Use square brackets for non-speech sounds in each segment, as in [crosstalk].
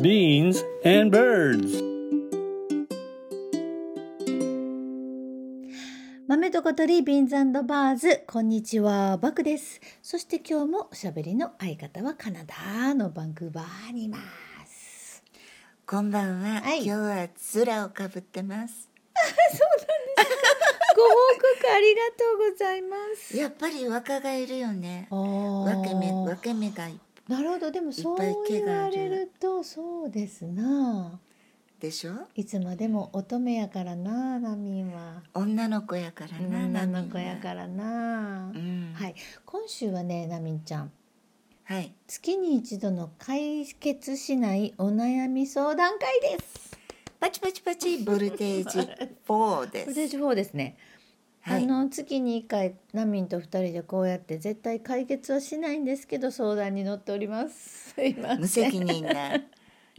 Beans and birds. 豆と小鳥ビーンズバーズこんにちはバクですそして今日もおしゃべりの相方はカナダのバンクーバーにいますこんばんは、はい今日は面をかぶってますご報告ありがとうございますやっぱり若がいるよねわ分け目分け目がいなるほどでもそういっぱい毛言がわあるれるとそうですなでしょいつまでも乙女やからなナミンは女の子やからな女ナのミン子はやからなうんはい今週はねナミンちゃんはい月に一度の解決しないお悩み相談会です。パチパチパチボルテ [laughs] ージ4でこれす情報ですね。はあいの月に1回ナミンと2人でこうやって絶対解決はしないんですけど相談に乗っております。 [laughs] すいま無せん。ち責ょっ任な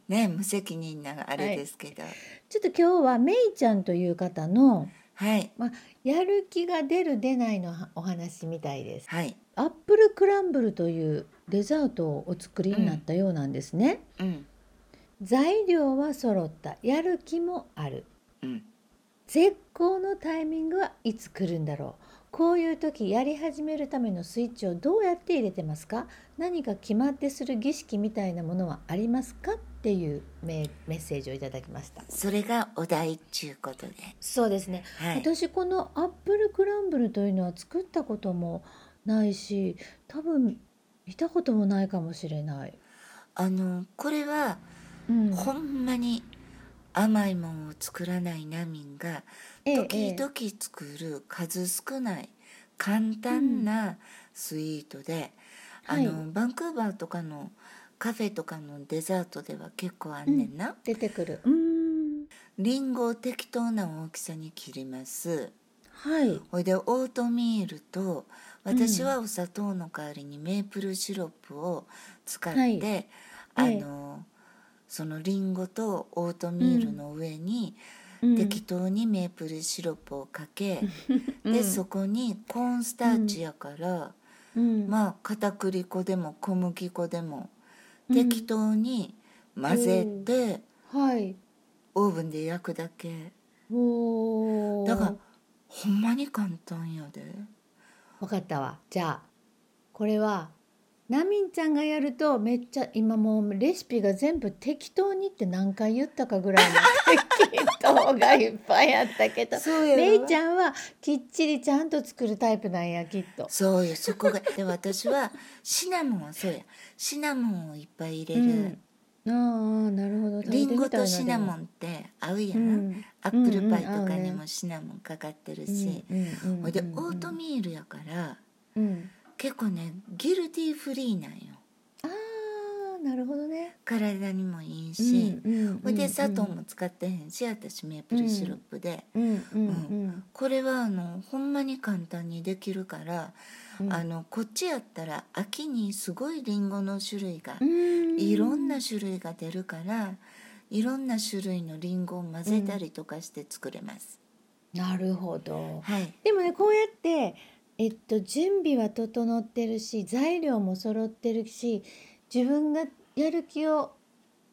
ね無責任なあれですけどと今日はメイちゃんという方のはいやる気が出る出ないのお話みたいです。はいアップルクランブルというデザートをお作りになったようなんですね。うん材料は揃った。やる気もある。うん絶好のタイミングはいつ来るんだろうこういう時やり始めるためのスイッチをどうやって入れてますか何か決まってする儀式みたいなものはありますかっていうメメッセージをいただきましたそれがお題っちゅうことでそうですね、はい私このアップルクランブルというのは作ったこともないし多分見たこともないかもしれない、あのこれはうんほんまに甘いもんを作らないナミンがええ時々作る数少ない簡単なスイートで、はいあのバンクーバーとかのカフェとかのデザートでは結構あんねんな、出てくるうーんリンゴを適当な大きさに切りますはいほいでオートミールと私はお砂糖の代わりにメープルシロップを使って、はいえあのそのリンゴとオートミールの上にうん適当にメープルシロップをかけ、うんでそこにコーンスターチやから、うんまあ片栗粉でも小麦粉でもうん適当に混ぜて、はいオーブンで焼くだけおーだからほんまに簡単やでわかったわじゃあこれはナミンちゃんがやるとめっちゃ今もうレシピが全部適当にって何回言ったかぐらいの適当がいっぱいあったけど [laughs] そうめいちんゃんはきっちりちゃんと作るタイプなんやきっと。そうよそこがで私はシナモンはそうやシナモンをいっぱい入れる、うん、ああなるほどリンゴとシナモンンって合うや、うんんアップルパイとうんうん合かうねにもシナモンかかってるし、うんうんほいでオうんうんートミールやからうん結構ねギルティーフリーなんよああなるほどね体にもいいし、うんうんうんうんほいで砂糖も使ってへんし私メープルシロップで、うんうんうんこれはあのほんまに簡単にできるから、うんあのこっちやったら秋にすごいリンゴの種類が、うんいろんな種類が出るからいろんな種類のリンゴを混ぜたりとかして作れます、なるほどはいでもねこうやってえっと準備は整ってるし材料も揃ってるし自分がやる気を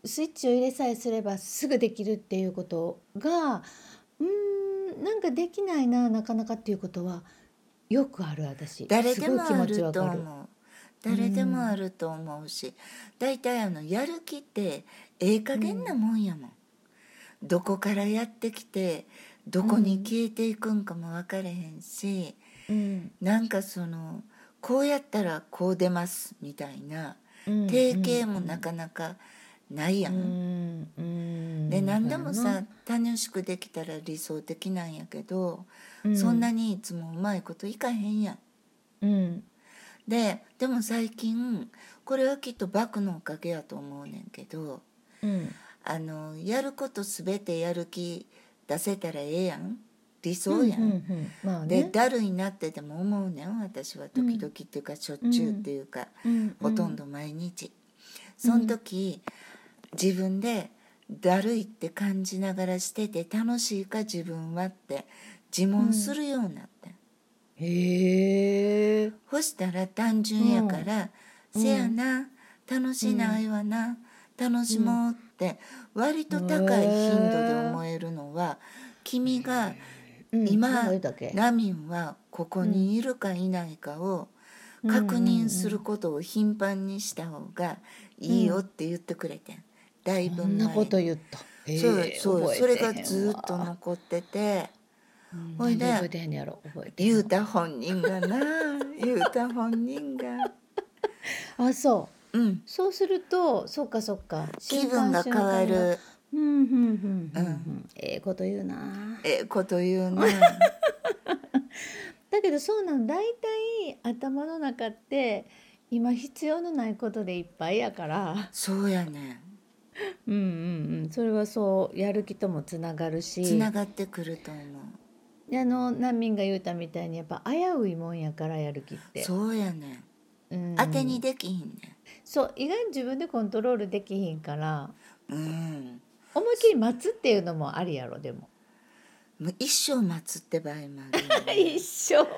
スイッチを入れさえすればすぐできるっていうことがうーんなんかできないななかなかっていうことはよくある私誰でもすごい気持あちわるとか思るう誰でもあると思うし大体あのやる気ってええ加減なもんやもん、どこからやってきてどこに消えていくんかも分かれへんし、うんなんかそのこうやったらこう出ますみたいなうん定型もなかなかないや、うんんうんで何でもそうやさな楽しくできたら理想的なんやけど、うんそんなにいつもうまいこといかへんやんうんででも最近これはきっとバクのおかげやと思うねんけどうんあのやること全てやる気出せたらええやん理想やん、うんうんうんまあでねだるいなってでも思うねん私は時々っていうかしょっちゅうっていうか、うんほとんど毎日、その時自分でだるいって感じながらしてて楽しいか自分はって自問するようになってん、へえほしたら単純やから、うんせやな楽しないわな、楽しもうっって割と高い頻度で思えるのは君がうん今どういうだっけラミンはここにいるかいないかを確認することを頻繁にした方がいいよって言ってくれてんだいぶそんな前こと言った。えそうそうそれがずっとの。残っててほ覚いえてでへんわうんなんで覚えてへんのやろ覚えてへん言うた本人がな言うた本人があそううんそうするとそうかそうか気分が変わる瞬間瞬間がうんうんうんうんううんええこと言うなええこと言うなだけどそうなの大体頭の中って今必要のないことでいっぱいやからそうやねうんうんうんそれはそうやる気ともつながるしつながってくると思うであの難民が言うたみたいにやっぱ危ういもんやからやる気ってそうやねうん当てにできひんねそう意外に自分でコントロールできひんからうん思いっきり待つっていうのもありやろで [laughs] ももう一生待つって場合もあるよね [laughs] 一生待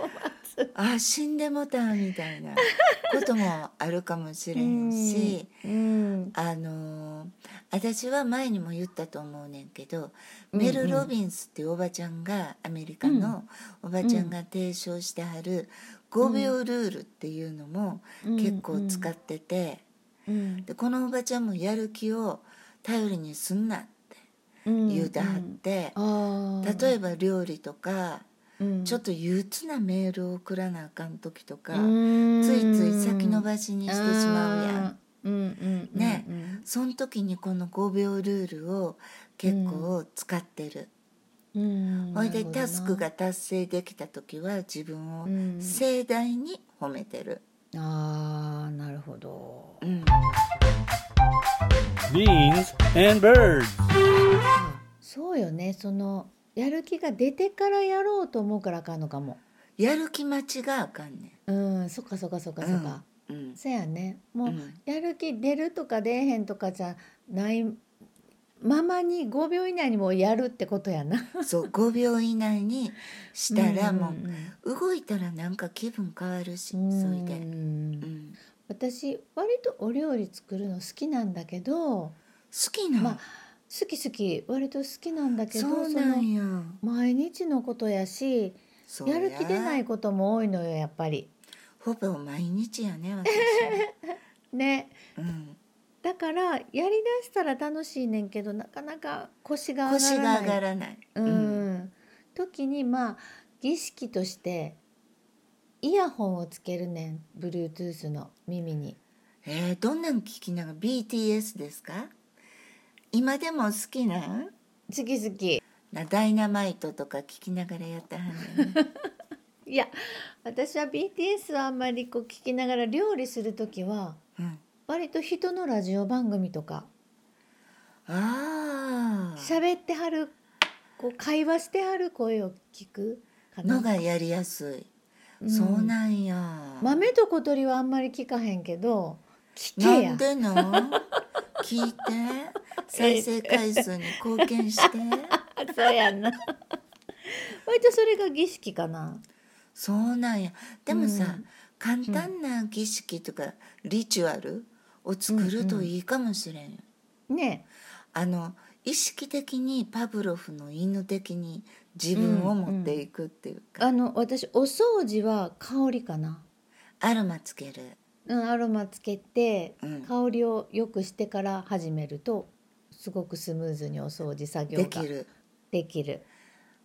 つあ死んでもたみたいなこともあるかもしれへんし、うんあのー私は前にも言ったと思うねんけど、メル・ロビンスっていうおばちゃんがアメリカのおばちゃんが提唱してはる5秒ルールっていうのも結構使ってて、うんでこのおばちゃんもやる気を頼りにすんなってうん言うてはって、ああ例えば料理とか、ちょっとと憂鬱なメールを送らなあかん時とか。つついつい先延ばしにしてしまうやん。うんうんうんねその時にこの5秒ルールを結構使ってる、うんほいでタスクが達成できた時は自分をうん盛大に褒めてる、ああなるほどうん Beans and birds. そうよねそのやる気が出てからやろうと思うからあかんのかもやる気待ちがあかんねうんそっかそっかそっかそっか、ん、うんせやねもう、うんやる気出るとか出えへんとかじゃないままに5秒以内にもうやるってことやなそう5秒以内にしたらもんんんう動いたらなんか気分変わるし、それうで、んうん、私割とお料理作るの好きなんだけど好きな、まあ好き好き割と好きなんだけどそうなんやその毎日のことやしそうやる気出ないことも多いのよやっぱり。ほぼ毎日や [laughs] ね私、ねうんだからやりだしたら楽しいねんけどなかなか腰が上が腰らがない上がらない。うん、時にまあ儀式としてイヤホンをつけるねん Bluetooth の耳に。えーどんなん聞きながら BTS ですか？今でも好きなん好き好きなダイナマイトとか聞きながらやった [laughs] はんねん。いや私は BTS はあんまりこう聞きながら料理する時はうん、割と人のラジオ番組とかああ、喋ってはるこう会話してはる声を聞くかなのがやりやすい。うんそうなんや。豆と小鳥はあんまり聞かへんけど聞けなやんでの？聞 [laughs] いて再生回数に貢献して。あ [laughs] そうやんな割とそれが儀式かなそうなんや。でもさ、うん簡単な儀式とかリチュアルを作るといいかもしれんよ。ねあの意識的にパブロフの犬的に自分を持っていくっていうか、あの私お掃除は香りかな、アロマつけるうん、アロマつけてうん香りをよくしてから始めるとすごくスムーズにお掃除作業でがきるできる、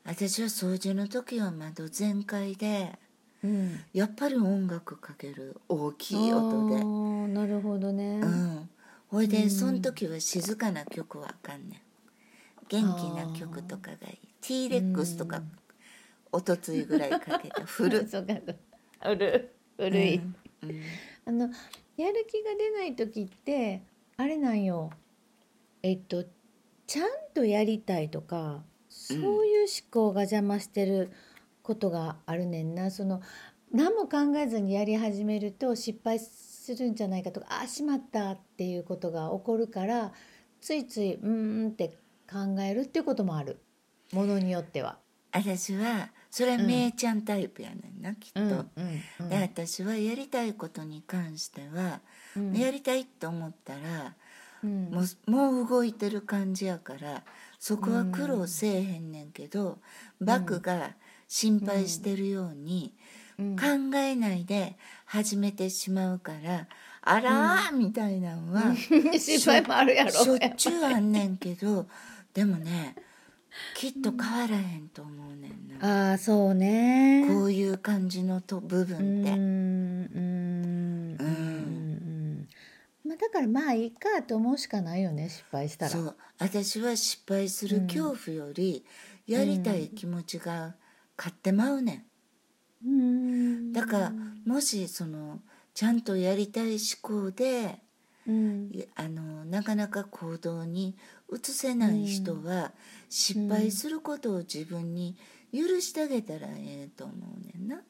私は掃除の時は窓全開でうん、やっぱり音楽かける大きい音あでーなるほどね、うんほいで、うんその時は静かな曲はあかんねん元気な曲とかがいい t レックスとかおとついぐらいかけて振る、 [laughs] そうかそう古い古い、うんうんあのやる気が出ない時ってあれなんよえっとちゃんとやりたいとかそういう思考が邪魔してることがあるねんな、その何も考えずにやり始めると失敗するんじゃないかとかあしまったっていうことが起こるからついついうーんって考えるっていうこともあるものによっては。私はそれはめいちゃんタイプやねんな、きっと、うんで私はやりたいことに関しては、うんやりたいと思ったらうんもうもう動いてる感じやからそこは苦労せえへんねんけど、バクが心配してるように、うん考えないで始めてしまうから「あらー」みたいなの [laughs] は、 [laughs] 失敗もあるやろしょっちゅうあんねんけどでもねきっと変わらへんと思うねんな、ああそうねこういう感じのと部う分っーんうて。ーんうーんまあだからまあいいかと思うしかないよね失敗したらそう私は失敗する恐怖より、やりたい気持ちが勝ってまうねん。うーんだからもしそのちゃんとやりたい思考でうんいあのなかなか行動に移せない人は、失敗することを自分に許してあげたらええと思うねんな。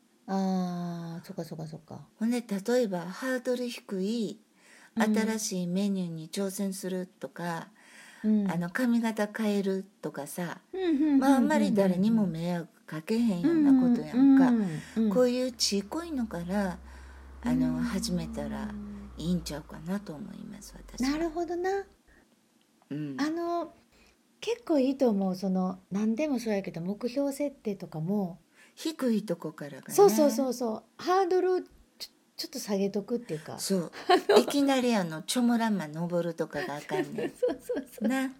ああそっかそっかそっかほんで例えばハードル低い新しいメニューに挑戦するとか、うんあの髪型変えるとかさ、ままああんまり誰にも迷惑かけへんようなことやんか、こいういうちいこいのからあの始めたらいいんちゃうかなと思います私はなるほどなうんあの結構いいと思うその何でもそうやけど目標設定とかも低いとこからがねそうそうそうそうハードルをちょちょっと下げとくっていうかそう [laughs] いきなりあのチョモランマ登るとかがあかんねそうそうそうんな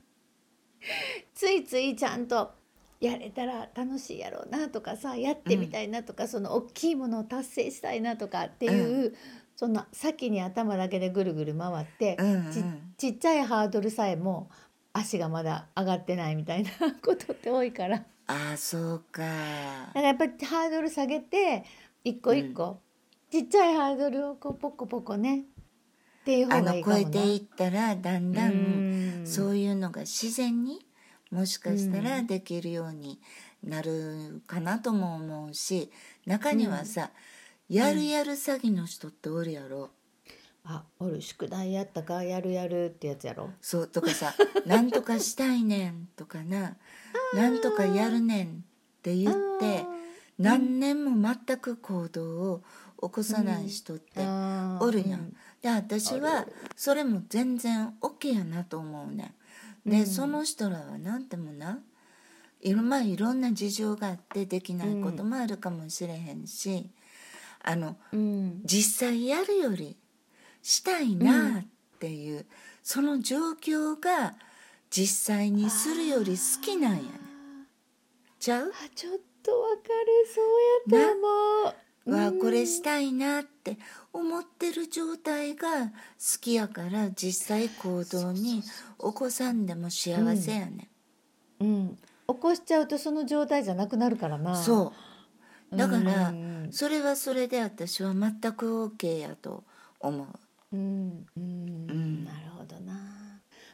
ついついちゃんとやれたら楽しいやろうなとかさやってみたいなとか、その大きいものを達成したいなとかっていう、その先に頭だけでぐるぐる回って、うんうんちちっちゃいハードルさえも足がまだ上がってないみたいなことって多いからだかああそうからやっぱりハードル下げて一個一個、ちっちゃいハードルをこうポコポコねっていうあ方がのいいか超もえな。ていったらだんだんうんそういうのが自然にもしかしたらできるようになるかなとも思うし中にはさ、やるやる詐欺の人っておるやろ。あおる宿題やったかやるやるってやつやろ。そうとか [laughs] さ「なんとかしたいねん」とかな「なんとかやるねん」って言って何年も全く行動を起こさない人ってあーおるやん。で私はそれも全然 OK やなと思うねん。で、その人らはなんてもないろ,、まあ、いろんな事情があってできないこともあるかもしれへんし、あのうん実際やるよりしたいなっていう、その状況が実際にするより好きなんやねんちゃうあちょっとわかるそうやと思うわあうんこれしたいなって思ってる状態が好きやから実際行動に起こさんでも幸せやねうん起こしちゃうとその状態じゃなくなるからなんそうだからうんそれはそれで私は全く OK やと思ううんうんんなるほどな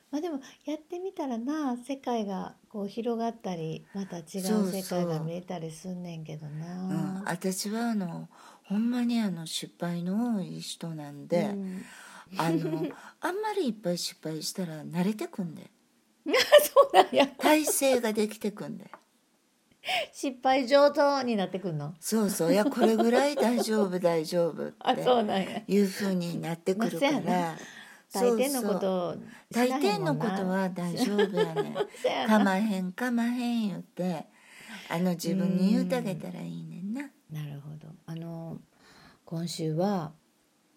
まあでもやってみたらな世界がこう広がったりまた違そうう世界がそう見えたりすんねんけどうんな、私はあのほんまにあの失敗の多い人なんで、うん [laughs] あのあんまりいっぱい失敗したら慣れてく [laughs] んでそうなんや体勢ができてくんで失敗上等になってくんのそうそういやこれぐらい大丈夫大丈夫っ [laughs] あてそうなんやいうふうになってくるかまあそうやな大抵のらこそうそうとを知ら大へんもんな抵のことは大丈夫やね [laughs] んそうやかなまへんかまへん言ってあの自分に言うてあげたらいいねんななるほど。あの今週は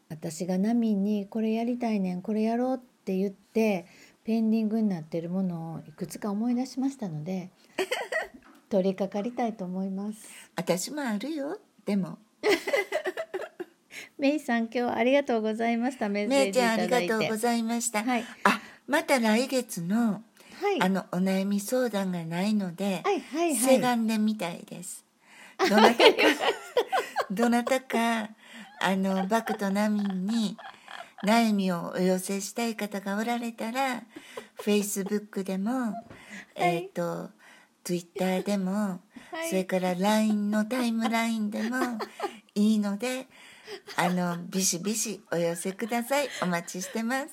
私がナミンにこれやりたいねんこれやろうって言ってペンディングになってるものをいくつか思い出しましたの [laughs] で取り掛かりたいと思います。私もあるよでもメイさん今日はありがとうございましたメッセめーいジちいゃんありただいがて。とうございました、はいあまた来月のはいあのお悩み相談がないので、はいはいはせい。がんでみたいです。どなたか、 [laughs] どなたか、あの、バクとナミンに悩みをお寄せしたい方がおられたら、Facebook でも、えっ、と、Twitter でも、はいそれから LINE のタイムラインでもいいので、あの、ビシビシお寄せください。お待ちしてます。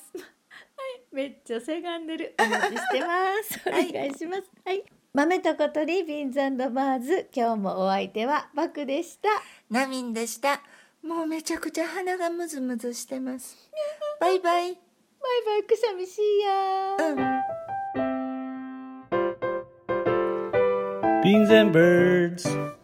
めっちゃせがんでる。お待ちしてます。 [laughs] お願いします。はい。豆と小鳥ビーンズバーズ今日もお相手はバクでした。ナミンでした。もうめちゃくちゃ鼻がムズムズしてます。バイバイ。ババイく寂しいやうん Beans and birds.